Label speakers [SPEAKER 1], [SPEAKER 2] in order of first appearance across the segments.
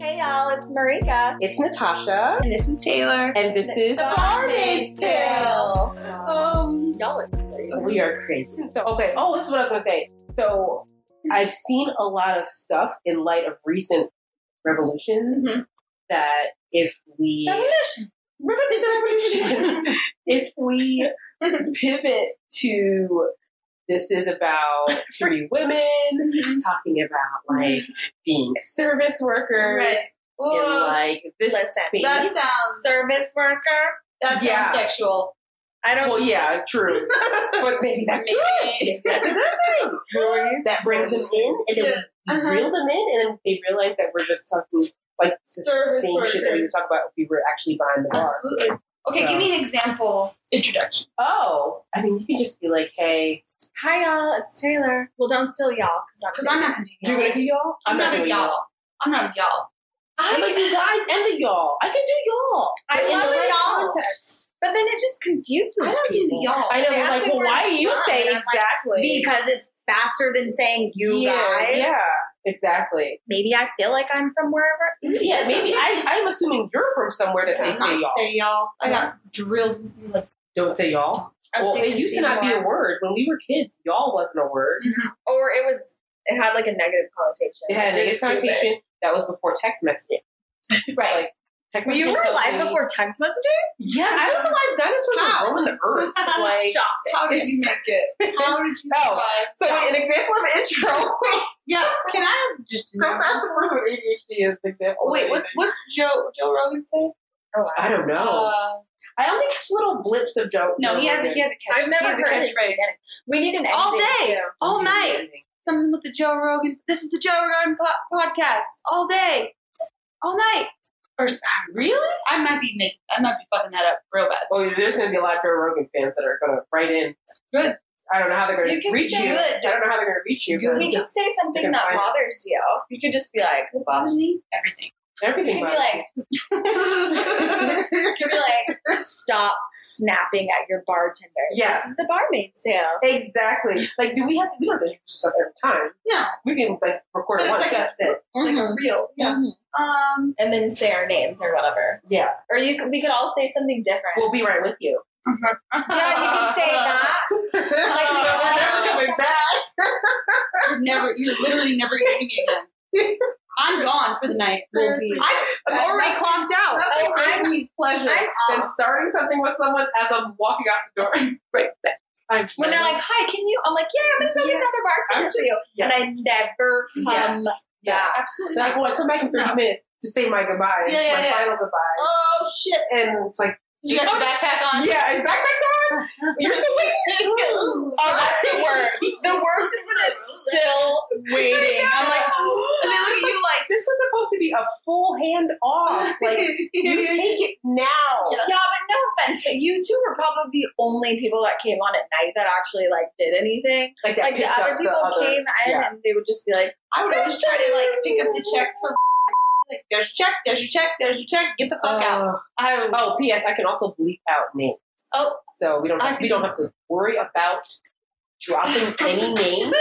[SPEAKER 1] Hey y'all, it's Marika.
[SPEAKER 2] It's Natasha,
[SPEAKER 1] And this is Taylor.
[SPEAKER 2] and this is Barmaid's Tale.
[SPEAKER 1] Oh.
[SPEAKER 2] Um,
[SPEAKER 1] Y'all are crazy.
[SPEAKER 2] we are crazy. So, okay. Oh, this is what I was gonna say. So, I've seen a lot of stuff in light of recent revolutions
[SPEAKER 1] Mhm.
[SPEAKER 2] that if we
[SPEAKER 1] Revolution.
[SPEAKER 2] Revo- it's a revolution. if we pivot to this is about free women talking about like being service workers
[SPEAKER 1] Mm-hmm. Right.
[SPEAKER 2] and like this
[SPEAKER 1] Listen,
[SPEAKER 2] space.
[SPEAKER 1] that
[SPEAKER 3] That sounds
[SPEAKER 1] service worker.
[SPEAKER 3] that
[SPEAKER 2] Yeah.
[SPEAKER 3] sounds sexual.
[SPEAKER 1] I don't.
[SPEAKER 2] Well, yeah, true. but maybe that's
[SPEAKER 3] Maybe.
[SPEAKER 2] That's a good thing. That brings them in, and then we
[SPEAKER 3] Uh-huh.
[SPEAKER 2] reel them in, and then they realize that we're just talking like it's the
[SPEAKER 3] Service
[SPEAKER 2] same shit that we would
[SPEAKER 3] workers.
[SPEAKER 2] talk about if we were actually behind the bar.
[SPEAKER 3] Absolutely. Okay,
[SPEAKER 2] So-
[SPEAKER 3] give me an example introduction.
[SPEAKER 2] Oh, I mean, you can just be like, "Hey,
[SPEAKER 1] Hi y'all, it's Taylor. Well, don't steal y'all because
[SPEAKER 3] Because I'm not gonna do y'all.
[SPEAKER 2] you're gonna do y'all?
[SPEAKER 3] I'm, not, a
[SPEAKER 2] doing
[SPEAKER 3] y'all. I'm not a y'all.
[SPEAKER 2] I'm like you guys and the y'all. I can do y'all.
[SPEAKER 1] I
[SPEAKER 2] In the
[SPEAKER 1] love
[SPEAKER 2] right
[SPEAKER 1] y'all
[SPEAKER 2] context.
[SPEAKER 1] context, but then it just confuses.
[SPEAKER 3] I don't do
[SPEAKER 1] people.
[SPEAKER 3] y'all.
[SPEAKER 2] I know.
[SPEAKER 1] They
[SPEAKER 2] they're
[SPEAKER 1] ask
[SPEAKER 2] Like,
[SPEAKER 1] me
[SPEAKER 2] well,
[SPEAKER 1] where
[SPEAKER 2] why
[SPEAKER 1] it's
[SPEAKER 2] do you
[SPEAKER 1] from,
[SPEAKER 2] say
[SPEAKER 1] and I'm like,
[SPEAKER 2] exactly?
[SPEAKER 1] because it's faster than saying you
[SPEAKER 2] yeah,
[SPEAKER 1] guys.
[SPEAKER 2] Yeah, exactly.
[SPEAKER 1] Maybe I feel like I'm from wherever.
[SPEAKER 2] Yeah, maybe I, I'm assuming you're from somewhere that they
[SPEAKER 3] I'm
[SPEAKER 2] say
[SPEAKER 3] not
[SPEAKER 2] y'all.
[SPEAKER 3] say y'all. I got drilled. Like,
[SPEAKER 2] Don't say y'all. Well, it used to not be a word when we were kids. Y'all wasn't a word.
[SPEAKER 1] or it was. It had like a negative connotation.
[SPEAKER 2] It had a
[SPEAKER 1] It
[SPEAKER 2] negative
[SPEAKER 1] was stupid.
[SPEAKER 2] connotation that was before text messaging.
[SPEAKER 3] right.
[SPEAKER 2] Like, text
[SPEAKER 1] You
[SPEAKER 2] messaging
[SPEAKER 1] were
[SPEAKER 2] tells
[SPEAKER 1] alive
[SPEAKER 2] me-
[SPEAKER 1] before text messaging?
[SPEAKER 2] Yeah, I was alive. Dinosaurs
[SPEAKER 3] How?
[SPEAKER 2] were roaming the earth. Like,
[SPEAKER 1] Stop it.
[SPEAKER 3] How did you make it? How did you survive?
[SPEAKER 2] Oh, so an example of intro.
[SPEAKER 3] Yeah. Can I just?
[SPEAKER 2] so that's the person with ADHD is an example. of
[SPEAKER 3] Wait. What's
[SPEAKER 2] ADHD.
[SPEAKER 3] what's Joe Joe Rogan say?
[SPEAKER 1] Oh,
[SPEAKER 2] I don't know.
[SPEAKER 3] Uh,
[SPEAKER 2] I only catch little blips of Joe.
[SPEAKER 3] no,
[SPEAKER 2] Joe
[SPEAKER 3] he has
[SPEAKER 2] Rogan.
[SPEAKER 3] he has a catch.
[SPEAKER 1] I've never
[SPEAKER 3] he has
[SPEAKER 1] heard
[SPEAKER 3] a
[SPEAKER 1] his
[SPEAKER 3] catchphrase.
[SPEAKER 1] We need an ending.
[SPEAKER 3] All day.
[SPEAKER 1] too.
[SPEAKER 3] All night. something with the Joe Rogan. This is the Joe Rogan po- podcast all day, all night. Or s-
[SPEAKER 2] Really?
[SPEAKER 3] I might be making, I might be fucking that up real bad.
[SPEAKER 2] Oh, there's going to be a lot of Joe Rogan fans that are going to write in.
[SPEAKER 3] Good.
[SPEAKER 2] I don't know how they're going
[SPEAKER 1] You
[SPEAKER 2] to
[SPEAKER 1] can
[SPEAKER 2] reach you.
[SPEAKER 1] say
[SPEAKER 2] I
[SPEAKER 1] good.
[SPEAKER 2] don't know how they're going to reach you. but
[SPEAKER 1] You can say something
[SPEAKER 2] Can
[SPEAKER 1] that
[SPEAKER 2] find it.
[SPEAKER 1] bothers you. You could just be like,
[SPEAKER 3] What bothers me?
[SPEAKER 1] you
[SPEAKER 3] Everything.
[SPEAKER 2] Everything
[SPEAKER 1] could be
[SPEAKER 2] about
[SPEAKER 1] like, you could be like, stop snapping at your bartender.
[SPEAKER 2] Yeah.
[SPEAKER 1] This is the barmaid sale.
[SPEAKER 2] Exactly. Like, do we have to? We don't have to do stuff every time.
[SPEAKER 3] No,
[SPEAKER 2] We can like record
[SPEAKER 3] But
[SPEAKER 2] it
[SPEAKER 3] it's
[SPEAKER 2] once.
[SPEAKER 3] like
[SPEAKER 2] and
[SPEAKER 3] a-
[SPEAKER 2] that's it.
[SPEAKER 3] like a real. Yeah.
[SPEAKER 1] Um, and then say our names or whatever.
[SPEAKER 2] Yeah,
[SPEAKER 1] Or you could, we could all say something different.
[SPEAKER 2] we'll be right with you.
[SPEAKER 3] Uh-huh.
[SPEAKER 1] yeah, you can say that.
[SPEAKER 2] Like, you know, we're never coming back.
[SPEAKER 3] You're never. You're literally never gonna see me again. I'm gone for the night.
[SPEAKER 1] We'll be-
[SPEAKER 3] I, I'm already clomped out.
[SPEAKER 2] Nothing
[SPEAKER 1] Oh,
[SPEAKER 2] brings me pleasure
[SPEAKER 1] I'm
[SPEAKER 2] than
[SPEAKER 1] off.
[SPEAKER 2] starting something with someone as I'm walking out the door.
[SPEAKER 3] Right.
[SPEAKER 2] I'm
[SPEAKER 1] When they're like, "Hi, can you?" I'm like, "Yeah, I'm gonna go get
[SPEAKER 2] Yeah.
[SPEAKER 1] another bartender
[SPEAKER 2] I'm just-
[SPEAKER 1] for you,"
[SPEAKER 2] yeah.
[SPEAKER 1] and I never come
[SPEAKER 2] yes, yes.
[SPEAKER 1] back.
[SPEAKER 3] Absolutely.
[SPEAKER 2] Like,
[SPEAKER 3] not.
[SPEAKER 2] well, I come back in 30
[SPEAKER 3] No.
[SPEAKER 2] minutes to say my goodbyes,
[SPEAKER 3] Yeah, yeah,
[SPEAKER 2] my
[SPEAKER 3] yeah.
[SPEAKER 2] final goodbyes.
[SPEAKER 3] Oh shit!
[SPEAKER 2] And it's like,
[SPEAKER 3] You got your backpack on.
[SPEAKER 2] yeah, and backpacks on? You're still waiting?
[SPEAKER 1] Oh, that's the worst. The worst is when it's still waiting. I'm like,
[SPEAKER 3] and they look at you like.
[SPEAKER 2] this was supposed to be a full hand off. Like, you take it now.
[SPEAKER 3] Yeah.
[SPEAKER 1] yeah, but no offense, but you two were probably the only people that came on at night that actually like did anything.
[SPEAKER 2] Like, that
[SPEAKER 1] like the
[SPEAKER 2] picks up
[SPEAKER 1] other people
[SPEAKER 2] other-
[SPEAKER 1] came in
[SPEAKER 2] yeah.
[SPEAKER 1] and they would just be like,
[SPEAKER 3] I would always try to like pick up the checks for like there's your check, there's your check, there's your check. Get the fuck out.
[SPEAKER 2] Ugh.
[SPEAKER 3] I would,
[SPEAKER 2] Oh, P.S. I can also bleep out names.
[SPEAKER 3] Oh.
[SPEAKER 2] So we don't
[SPEAKER 3] I
[SPEAKER 2] have, we
[SPEAKER 3] can-
[SPEAKER 2] don't have to worry about dropping any names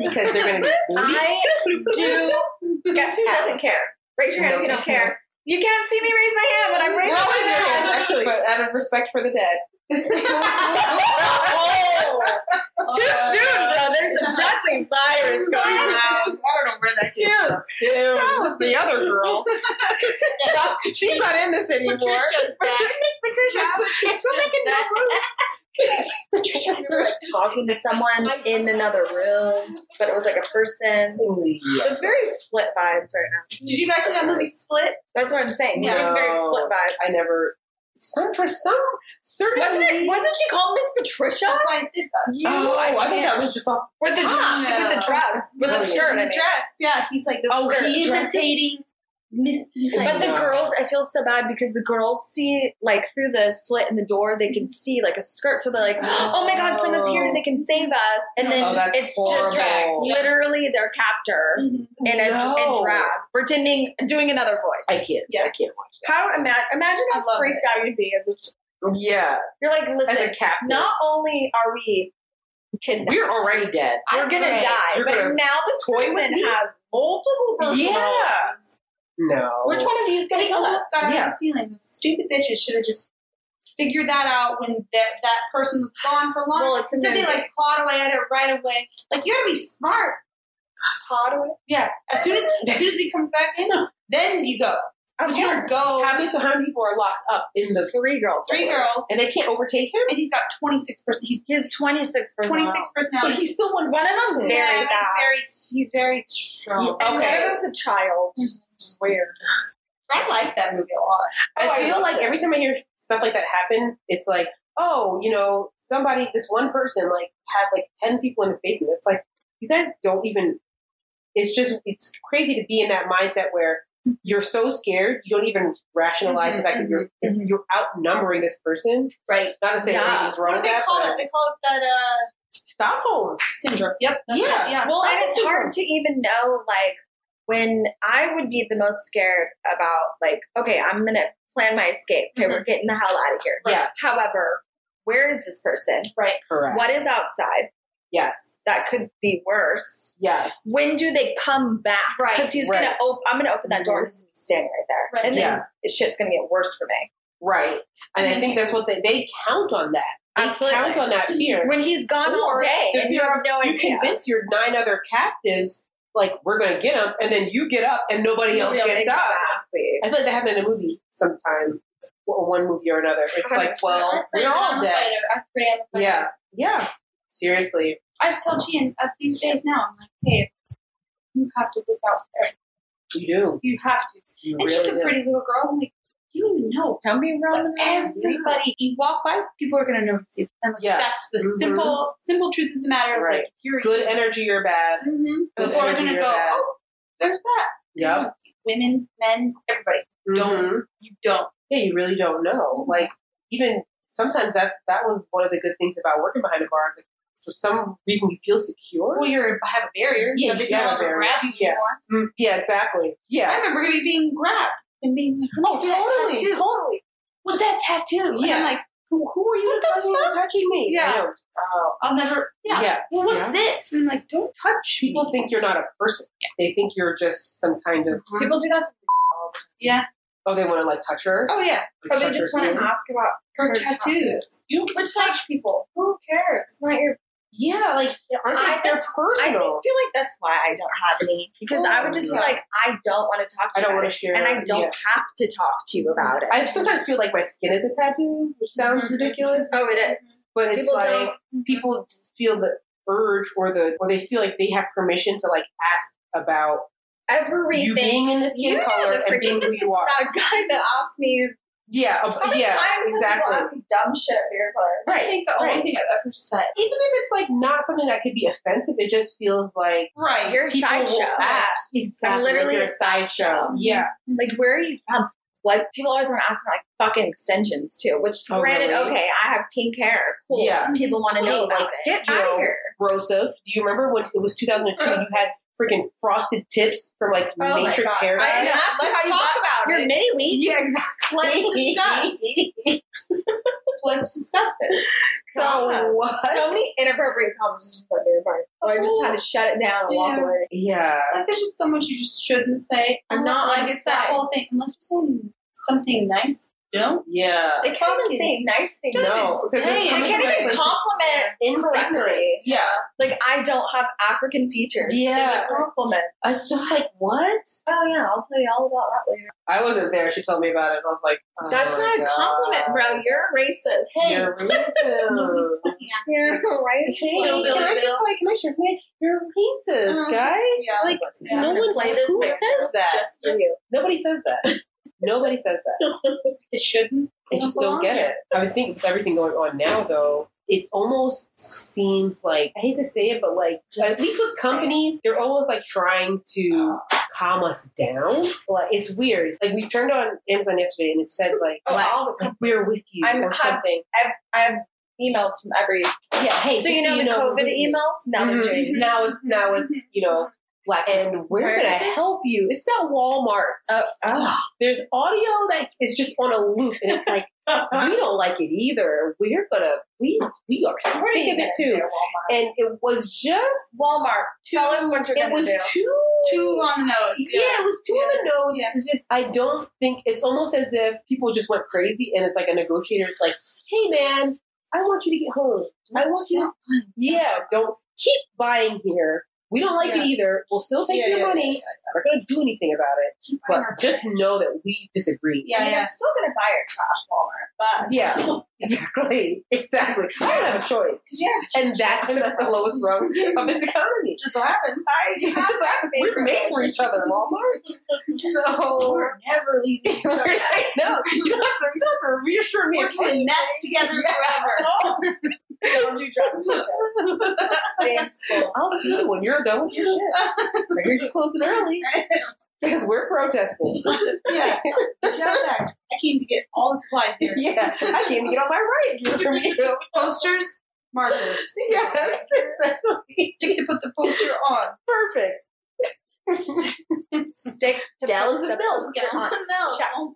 [SPEAKER 2] because they're going to be bleeped.
[SPEAKER 1] "I do." Guess who doesn't care? Raise your hand if you don't care. You can't see me raise my hand, but I'm raising
[SPEAKER 2] Well,
[SPEAKER 1] my
[SPEAKER 2] I
[SPEAKER 1] hand.
[SPEAKER 2] did,
[SPEAKER 3] actually.
[SPEAKER 2] But out of respect for the dead. Oh.
[SPEAKER 3] Uh,
[SPEAKER 1] Too soon, bro. There's a deadly virus going
[SPEAKER 3] I
[SPEAKER 1] around.
[SPEAKER 3] don't know where that
[SPEAKER 1] Too
[SPEAKER 3] came from.
[SPEAKER 1] soon.
[SPEAKER 3] No.
[SPEAKER 1] The other girl. She's not in this anymore.
[SPEAKER 3] Patricia's back.
[SPEAKER 1] Patricia's
[SPEAKER 3] Patricia's
[SPEAKER 1] Go make
[SPEAKER 3] back.
[SPEAKER 1] Patricia was like talking to someone in another room, but it was like a person. It's very split vibes right now.
[SPEAKER 3] Did you guys see that movie Split?
[SPEAKER 1] That's what I'm saying.
[SPEAKER 2] No.
[SPEAKER 1] It's very split vibes.
[SPEAKER 2] I never. Some for some certain
[SPEAKER 1] Wasn't it?
[SPEAKER 2] reason-
[SPEAKER 1] Wasn't she called Miss Patricia?
[SPEAKER 3] That's why I did that.
[SPEAKER 1] You,
[SPEAKER 2] oh, I,
[SPEAKER 1] I
[SPEAKER 2] think that
[SPEAKER 1] can't.
[SPEAKER 2] was just off.
[SPEAKER 1] with the
[SPEAKER 3] Ah,
[SPEAKER 1] with the
[SPEAKER 3] no.
[SPEAKER 1] dress, with the
[SPEAKER 2] Oh, yeah.
[SPEAKER 1] skirt,
[SPEAKER 3] The
[SPEAKER 1] I mean.
[SPEAKER 3] dress. Yeah, he's like the
[SPEAKER 2] Oh,
[SPEAKER 3] skirt.
[SPEAKER 2] he dresses-
[SPEAKER 3] imitating Miss. He's like,
[SPEAKER 1] But the
[SPEAKER 2] No.
[SPEAKER 1] girls, I feel so bad because the girls see like through the slit in the door, they can see like a skirt, so they're like, "Oh my god, someone's here! They can save us!" And then
[SPEAKER 3] Oh,
[SPEAKER 1] just-
[SPEAKER 2] that's
[SPEAKER 1] it's
[SPEAKER 2] horrible.
[SPEAKER 1] just drag. Literally, their captor
[SPEAKER 3] Mhm.
[SPEAKER 1] in a
[SPEAKER 2] No.
[SPEAKER 1] in drag, pretending doing another voice.
[SPEAKER 2] I can't.
[SPEAKER 3] Yeah.
[SPEAKER 2] I can't watch
[SPEAKER 1] How ima- imagine
[SPEAKER 3] I
[SPEAKER 1] how
[SPEAKER 3] love
[SPEAKER 1] freaked out you'd be as a ch-
[SPEAKER 2] that. Yeah,
[SPEAKER 1] you're like,
[SPEAKER 2] as a
[SPEAKER 1] listen,
[SPEAKER 2] captain,
[SPEAKER 1] not only are we kidnapped,
[SPEAKER 2] we're already dead.
[SPEAKER 1] we're
[SPEAKER 3] I
[SPEAKER 1] gonna
[SPEAKER 3] pray.
[SPEAKER 1] die,
[SPEAKER 2] You're
[SPEAKER 1] but
[SPEAKER 2] gonna
[SPEAKER 1] now this
[SPEAKER 2] toy with
[SPEAKER 1] person
[SPEAKER 2] me?
[SPEAKER 1] has multiple personalities.
[SPEAKER 2] No.
[SPEAKER 1] Which one of you is going to
[SPEAKER 3] They
[SPEAKER 1] kill us?
[SPEAKER 3] almost got out
[SPEAKER 2] Yeah.
[SPEAKER 3] of the ceiling. The stupid bitches should have just figured that out when that that person was gone for long.
[SPEAKER 1] Well, it's in
[SPEAKER 3] Instead, they
[SPEAKER 1] their-
[SPEAKER 3] like clawed away at it right away. Like you gotta be smart. Yeah. As soon as as soon as he comes back in, then you go.
[SPEAKER 1] Of
[SPEAKER 3] But you
[SPEAKER 1] course.
[SPEAKER 3] don't go
[SPEAKER 2] How many? So how many people are locked up in the
[SPEAKER 1] Three girls.
[SPEAKER 3] three girls
[SPEAKER 2] and they can't overtake him?
[SPEAKER 3] and he's got twenty six person he's
[SPEAKER 1] He's 26 for
[SPEAKER 3] twenty six
[SPEAKER 2] But
[SPEAKER 3] personalities.
[SPEAKER 2] he's still one.
[SPEAKER 1] One of them's
[SPEAKER 2] person.
[SPEAKER 1] very
[SPEAKER 3] Yeah,
[SPEAKER 1] fast.
[SPEAKER 3] He's very, he's very strong.
[SPEAKER 1] And
[SPEAKER 2] Okay.
[SPEAKER 1] One of them's a child. It's weird.
[SPEAKER 3] I like that movie a lot.
[SPEAKER 1] Oh, I
[SPEAKER 2] I feel
[SPEAKER 1] loved
[SPEAKER 2] like
[SPEAKER 1] it.
[SPEAKER 2] every time I hear stuff like that happen, it's like, oh, you know, somebody, this one person, like had like ten people in his basement. It's like you guys don't even. It's just it's crazy to be in that mindset where you're so scared you don't even rationalize the
[SPEAKER 3] Mhm,
[SPEAKER 2] fact
[SPEAKER 1] Mm-hmm,
[SPEAKER 2] that you're you're outnumbering this person.
[SPEAKER 3] Right.
[SPEAKER 2] Not to say
[SPEAKER 1] Yeah.
[SPEAKER 2] anything's wrong
[SPEAKER 3] What do
[SPEAKER 2] with
[SPEAKER 3] they
[SPEAKER 2] that,
[SPEAKER 3] call
[SPEAKER 2] but
[SPEAKER 3] it? They call it that uh
[SPEAKER 2] Stockholm.
[SPEAKER 3] syndrome. Yep. that's
[SPEAKER 2] Yeah.
[SPEAKER 3] it, yeah.
[SPEAKER 1] Well,
[SPEAKER 2] I
[SPEAKER 1] and it's
[SPEAKER 2] don't
[SPEAKER 1] hard to even know, like, when I would be the most scared about, like, okay, I'm going to plan my escape. Okay,
[SPEAKER 3] Mm-hmm.
[SPEAKER 1] we're getting the hell out of here.
[SPEAKER 2] Yeah.
[SPEAKER 1] However, where is this person?
[SPEAKER 3] right.
[SPEAKER 2] Correct.
[SPEAKER 1] What is outside?
[SPEAKER 2] Yes.
[SPEAKER 1] That could be worse.
[SPEAKER 2] Yes.
[SPEAKER 1] When do they come back?
[SPEAKER 3] Right, Mm-hmm.
[SPEAKER 1] Because he's
[SPEAKER 2] right.
[SPEAKER 1] gonna open. I'm gonna open that door
[SPEAKER 2] Mhm.
[SPEAKER 1] and he's gonna be standing right there,
[SPEAKER 3] Right.
[SPEAKER 1] and then
[SPEAKER 2] Yeah.
[SPEAKER 1] shit's gonna get worse for me.
[SPEAKER 2] Right. And,
[SPEAKER 3] And
[SPEAKER 2] I
[SPEAKER 3] then
[SPEAKER 2] think
[SPEAKER 3] you-
[SPEAKER 2] that's what they, they count on that. They
[SPEAKER 1] Absolutely.
[SPEAKER 2] count on that fear.
[SPEAKER 1] When he's gone all
[SPEAKER 2] Or
[SPEAKER 1] day,
[SPEAKER 2] if
[SPEAKER 1] and you
[SPEAKER 2] you're-
[SPEAKER 1] have no
[SPEAKER 2] you
[SPEAKER 1] idea.
[SPEAKER 2] convince your nine other captives, like, we're going to get them, and then you get up and nobody else
[SPEAKER 1] Yeah,
[SPEAKER 2] gets up.
[SPEAKER 1] exactly.
[SPEAKER 2] I feel like that happened in a movie sometime, or one movie or another. It's like,
[SPEAKER 1] 100%.
[SPEAKER 2] well, we're all
[SPEAKER 3] I'm a
[SPEAKER 2] dead.
[SPEAKER 3] fighter. I pray I'm a fighter.
[SPEAKER 2] Yeah. Yeah. Seriously.
[SPEAKER 3] I just tell Gian uh, these days now, I'm like, hey, you have to look out there.
[SPEAKER 2] You do.
[SPEAKER 3] You have to.
[SPEAKER 2] You
[SPEAKER 3] And she's
[SPEAKER 2] really
[SPEAKER 3] a
[SPEAKER 2] do.
[SPEAKER 3] pretty little girl. I'm like, you don't even know.
[SPEAKER 1] Don't be
[SPEAKER 3] But
[SPEAKER 1] wrong.
[SPEAKER 3] everybody, you walk by, people are going to notice you. And like,
[SPEAKER 2] Yeah.
[SPEAKER 3] that's the
[SPEAKER 2] Mhm.
[SPEAKER 3] simple, simple truth of the matter. It's
[SPEAKER 2] Right.
[SPEAKER 3] like, you're
[SPEAKER 2] good energy or bad.
[SPEAKER 3] hmm
[SPEAKER 2] Good
[SPEAKER 3] People are
[SPEAKER 2] energy
[SPEAKER 3] going to
[SPEAKER 2] or
[SPEAKER 3] go,
[SPEAKER 2] bad.
[SPEAKER 3] oh, there's that.
[SPEAKER 2] Yep.
[SPEAKER 3] Women, men, everybody.
[SPEAKER 2] Don't.
[SPEAKER 3] Don't. You don't.
[SPEAKER 2] Mm-hmm. yeah, you really don't know. Like even sometimes that's that was one of the good things about working behind a bar is like for some reason you feel secure.
[SPEAKER 3] Well, you're have a barrier,
[SPEAKER 2] Yeah,
[SPEAKER 3] so they
[SPEAKER 2] you
[SPEAKER 3] can
[SPEAKER 2] have a
[SPEAKER 3] never
[SPEAKER 2] barrier.
[SPEAKER 3] grab you
[SPEAKER 2] Yeah.
[SPEAKER 3] anymore.
[SPEAKER 2] Mm, yeah, exactly.
[SPEAKER 3] I
[SPEAKER 2] Yeah.
[SPEAKER 3] remember me being grabbed and being like,
[SPEAKER 2] Oh,
[SPEAKER 3] "What's that
[SPEAKER 2] totally,
[SPEAKER 3] tattoo?
[SPEAKER 2] totally.
[SPEAKER 3] What's that tattoo?" And
[SPEAKER 2] Yeah.
[SPEAKER 3] I'm like,
[SPEAKER 2] Who, who are you touching, touching me?
[SPEAKER 3] Yeah.
[SPEAKER 2] I know. Oh.
[SPEAKER 3] "I'll never." Yeah. Well, what's
[SPEAKER 2] Yeah.
[SPEAKER 3] this? And like, don't touch me.
[SPEAKER 2] People think you're not a person. They think you're just some kind of
[SPEAKER 1] People do that, to
[SPEAKER 3] Yeah.
[SPEAKER 2] oh they want to like touch her.
[SPEAKER 3] Oh yeah.
[SPEAKER 2] Like,
[SPEAKER 1] or they
[SPEAKER 2] touch
[SPEAKER 1] just
[SPEAKER 2] her
[SPEAKER 1] want to
[SPEAKER 2] skin.
[SPEAKER 1] ask about
[SPEAKER 3] Her,
[SPEAKER 1] Her
[SPEAKER 3] tattoos.
[SPEAKER 1] tattoos.
[SPEAKER 3] You don't get
[SPEAKER 1] Which,
[SPEAKER 3] to touch people.
[SPEAKER 1] who cares? It's not your.
[SPEAKER 2] Yeah, like aren't they
[SPEAKER 1] I-
[SPEAKER 2] they're
[SPEAKER 1] that's- I think, feel
[SPEAKER 2] personal.
[SPEAKER 1] like that's why I don't have any because I would just
[SPEAKER 2] Yeah.
[SPEAKER 1] be like, I don't want to talk to
[SPEAKER 2] I,
[SPEAKER 1] you,
[SPEAKER 2] don't
[SPEAKER 1] about
[SPEAKER 2] want
[SPEAKER 1] it,
[SPEAKER 2] to share
[SPEAKER 1] and I don't
[SPEAKER 2] yeah.
[SPEAKER 1] have to talk to you about it.
[SPEAKER 2] I sometimes feel like my skin is a tattoo, which sounds
[SPEAKER 3] Mhm.
[SPEAKER 2] ridiculous.
[SPEAKER 1] oh, it is.
[SPEAKER 2] But it's
[SPEAKER 1] People
[SPEAKER 2] like
[SPEAKER 1] don't Mm-hmm.
[SPEAKER 2] people feel the urge or the or they feel like they have permission to like ask about
[SPEAKER 1] everything.
[SPEAKER 2] you being in the skin
[SPEAKER 1] You know
[SPEAKER 2] color
[SPEAKER 1] the
[SPEAKER 2] and being who you are.
[SPEAKER 1] that guy that asked me
[SPEAKER 2] yeah, ab-
[SPEAKER 1] how many
[SPEAKER 2] yeah,
[SPEAKER 1] times
[SPEAKER 2] exactly.
[SPEAKER 1] have people asked me dumb shit at beer park?
[SPEAKER 3] I
[SPEAKER 2] Right.
[SPEAKER 3] think the only
[SPEAKER 2] Right.
[SPEAKER 3] thing I've ever said.
[SPEAKER 2] Even if it's like not something that could be offensive, it just feels like
[SPEAKER 3] Right.
[SPEAKER 1] You're a
[SPEAKER 2] people will
[SPEAKER 1] sideshow.
[SPEAKER 2] ask. Exactly,
[SPEAKER 1] literally
[SPEAKER 2] like you're
[SPEAKER 1] a
[SPEAKER 2] a sideshow. Yeah,
[SPEAKER 1] Like, where are you from? What people always want to ask me like fucking extensions too. Which,
[SPEAKER 2] Oh,
[SPEAKER 1] granted,
[SPEAKER 2] really?
[SPEAKER 1] okay, I have pink hair. Cool.
[SPEAKER 2] Yeah.
[SPEAKER 1] People want to know
[SPEAKER 2] Like,
[SPEAKER 1] about it. Get
[SPEAKER 2] you
[SPEAKER 1] out
[SPEAKER 2] know,
[SPEAKER 1] of here.
[SPEAKER 2] Broseph. Do you remember when it was 2002? You had freaking frosted tips from like
[SPEAKER 1] Oh my
[SPEAKER 2] Matrix
[SPEAKER 1] God.
[SPEAKER 2] hair.
[SPEAKER 1] I didn't
[SPEAKER 3] Yeah,
[SPEAKER 1] ask you
[SPEAKER 3] let's
[SPEAKER 1] how you
[SPEAKER 3] talk
[SPEAKER 1] got
[SPEAKER 3] about
[SPEAKER 1] your
[SPEAKER 3] it.
[SPEAKER 1] mini weeks.
[SPEAKER 2] Yeah, exactly.
[SPEAKER 3] Let's discuss. Let's discuss it.
[SPEAKER 2] So what?
[SPEAKER 1] So many inappropriate conversations at beer park. Or I just had to shut it down and walk
[SPEAKER 3] Yeah.
[SPEAKER 1] away.
[SPEAKER 2] Oh. yeah,
[SPEAKER 3] Like, there's just so much you just shouldn't say.
[SPEAKER 1] I'm not
[SPEAKER 3] like
[SPEAKER 1] on
[SPEAKER 3] it's
[SPEAKER 1] the
[SPEAKER 3] that
[SPEAKER 1] side.
[SPEAKER 3] whole thing. Unless you're saying something nice, don't.
[SPEAKER 2] yeah.
[SPEAKER 1] They can't even say nice things.
[SPEAKER 2] No,
[SPEAKER 1] That's
[SPEAKER 2] 'cause it's
[SPEAKER 1] insane. they
[SPEAKER 2] coming
[SPEAKER 1] can't
[SPEAKER 2] from
[SPEAKER 1] even
[SPEAKER 2] a place of-
[SPEAKER 1] compliment incorrectly.
[SPEAKER 2] Yeah,
[SPEAKER 1] Like I don't have African features.
[SPEAKER 2] Yeah.
[SPEAKER 1] is a compliment.
[SPEAKER 2] it's just like what?
[SPEAKER 1] Oh yeah, I'll tell you all about that later.
[SPEAKER 2] I wasn't there. She told me about it. I was like, oh
[SPEAKER 1] That's
[SPEAKER 2] my
[SPEAKER 1] not a
[SPEAKER 2] God.
[SPEAKER 1] compliment, bro. You're a racist.
[SPEAKER 2] You're racist.
[SPEAKER 1] you're a racist.
[SPEAKER 2] Hey,
[SPEAKER 3] Bill,
[SPEAKER 2] can I
[SPEAKER 3] Bill,
[SPEAKER 2] just
[SPEAKER 3] Bill.
[SPEAKER 2] like mention today? You're a racist,
[SPEAKER 3] Mhm.
[SPEAKER 2] guy.
[SPEAKER 3] Yeah.
[SPEAKER 2] Like
[SPEAKER 3] Yeah.
[SPEAKER 2] no
[SPEAKER 1] I'm gonna
[SPEAKER 2] one
[SPEAKER 1] play this
[SPEAKER 2] who
[SPEAKER 1] picture
[SPEAKER 2] says that.
[SPEAKER 1] just for you.
[SPEAKER 2] Nobody says that. Nobody says that.
[SPEAKER 3] it shouldn't.
[SPEAKER 2] They just don't get it. I would think with everything going on now, though, it almost seems like I hate to say it, but like
[SPEAKER 1] Just
[SPEAKER 2] at least with
[SPEAKER 1] say it.
[SPEAKER 2] companies, they're almost like trying to calm us down. Like it's weird. Like we turned on Amazon yesterday and it said like,
[SPEAKER 1] Oh,
[SPEAKER 2] black,
[SPEAKER 1] all the
[SPEAKER 2] like, "We're with you"
[SPEAKER 1] I'm-
[SPEAKER 2] or something.
[SPEAKER 1] I have emails from every.
[SPEAKER 2] Yeah. Hey.
[SPEAKER 1] so
[SPEAKER 2] just
[SPEAKER 1] you know the COVID emails. Now they're
[SPEAKER 2] Mhm.
[SPEAKER 1] doing.
[SPEAKER 2] Now it's now it's you know black and we're
[SPEAKER 1] Where
[SPEAKER 2] gonna
[SPEAKER 1] is this?
[SPEAKER 2] help you. It's at Walmart.
[SPEAKER 1] Oh,
[SPEAKER 2] Stop. There's audio that is just on a loop, and it's like we don't like it either. We're gonna we we
[SPEAKER 1] We're
[SPEAKER 2] are
[SPEAKER 1] gonna
[SPEAKER 2] sick
[SPEAKER 1] give
[SPEAKER 2] of it
[SPEAKER 1] it to
[SPEAKER 2] too.
[SPEAKER 1] you, Walmart.
[SPEAKER 2] And it was just
[SPEAKER 1] Walmart, tell us what you're
[SPEAKER 2] it
[SPEAKER 1] gonna
[SPEAKER 2] was
[SPEAKER 1] do.
[SPEAKER 2] too
[SPEAKER 3] Two on the nose.
[SPEAKER 2] yeah it was too on the know, it's,
[SPEAKER 3] Yeah.
[SPEAKER 2] it's just I don't think it's almost as if people just went crazy, and it's like a negotiator. It's like, hey, man, I want you to get home. I want you. Yeah, don't keep buying here. We don't like
[SPEAKER 3] Yeah.
[SPEAKER 2] it either. We'll still take
[SPEAKER 3] Yeah,
[SPEAKER 2] your
[SPEAKER 3] yeah,
[SPEAKER 2] money. We're not gonna do anything about it, but
[SPEAKER 1] our
[SPEAKER 2] just know that we disagree.
[SPEAKER 3] Yeah,
[SPEAKER 1] I mean,
[SPEAKER 3] yeah.
[SPEAKER 1] I'm still gonna buy your trash, Walmart, but
[SPEAKER 2] Yeah, exactly, exactly. I don't have a choice,
[SPEAKER 3] yeah,
[SPEAKER 2] and that's and that's the lowest rung of this economy.
[SPEAKER 3] just so happens.
[SPEAKER 2] I, it's just like, we're made for each other, Walmart. So
[SPEAKER 3] We're never leaving each
[SPEAKER 2] no,
[SPEAKER 3] other.
[SPEAKER 2] you don't have to. You don't have to reassure me.
[SPEAKER 3] We're doing that together forever.
[SPEAKER 1] don't do drugs. Stay in school.
[SPEAKER 2] I'll see you when you're done with your shit. I hear you closing early because we're protesting.
[SPEAKER 3] yeah, each other. I came to get all the supplies here.
[SPEAKER 2] Yeah, I came to get on my right here from you.
[SPEAKER 3] Posters, markers.
[SPEAKER 2] Yes, exactly.
[SPEAKER 3] Stick to put the poster on.
[SPEAKER 2] Perfect.
[SPEAKER 1] Stick to
[SPEAKER 2] Gallons of
[SPEAKER 1] the
[SPEAKER 2] milk.
[SPEAKER 1] poster on.
[SPEAKER 3] no.
[SPEAKER 1] Check.
[SPEAKER 3] Oh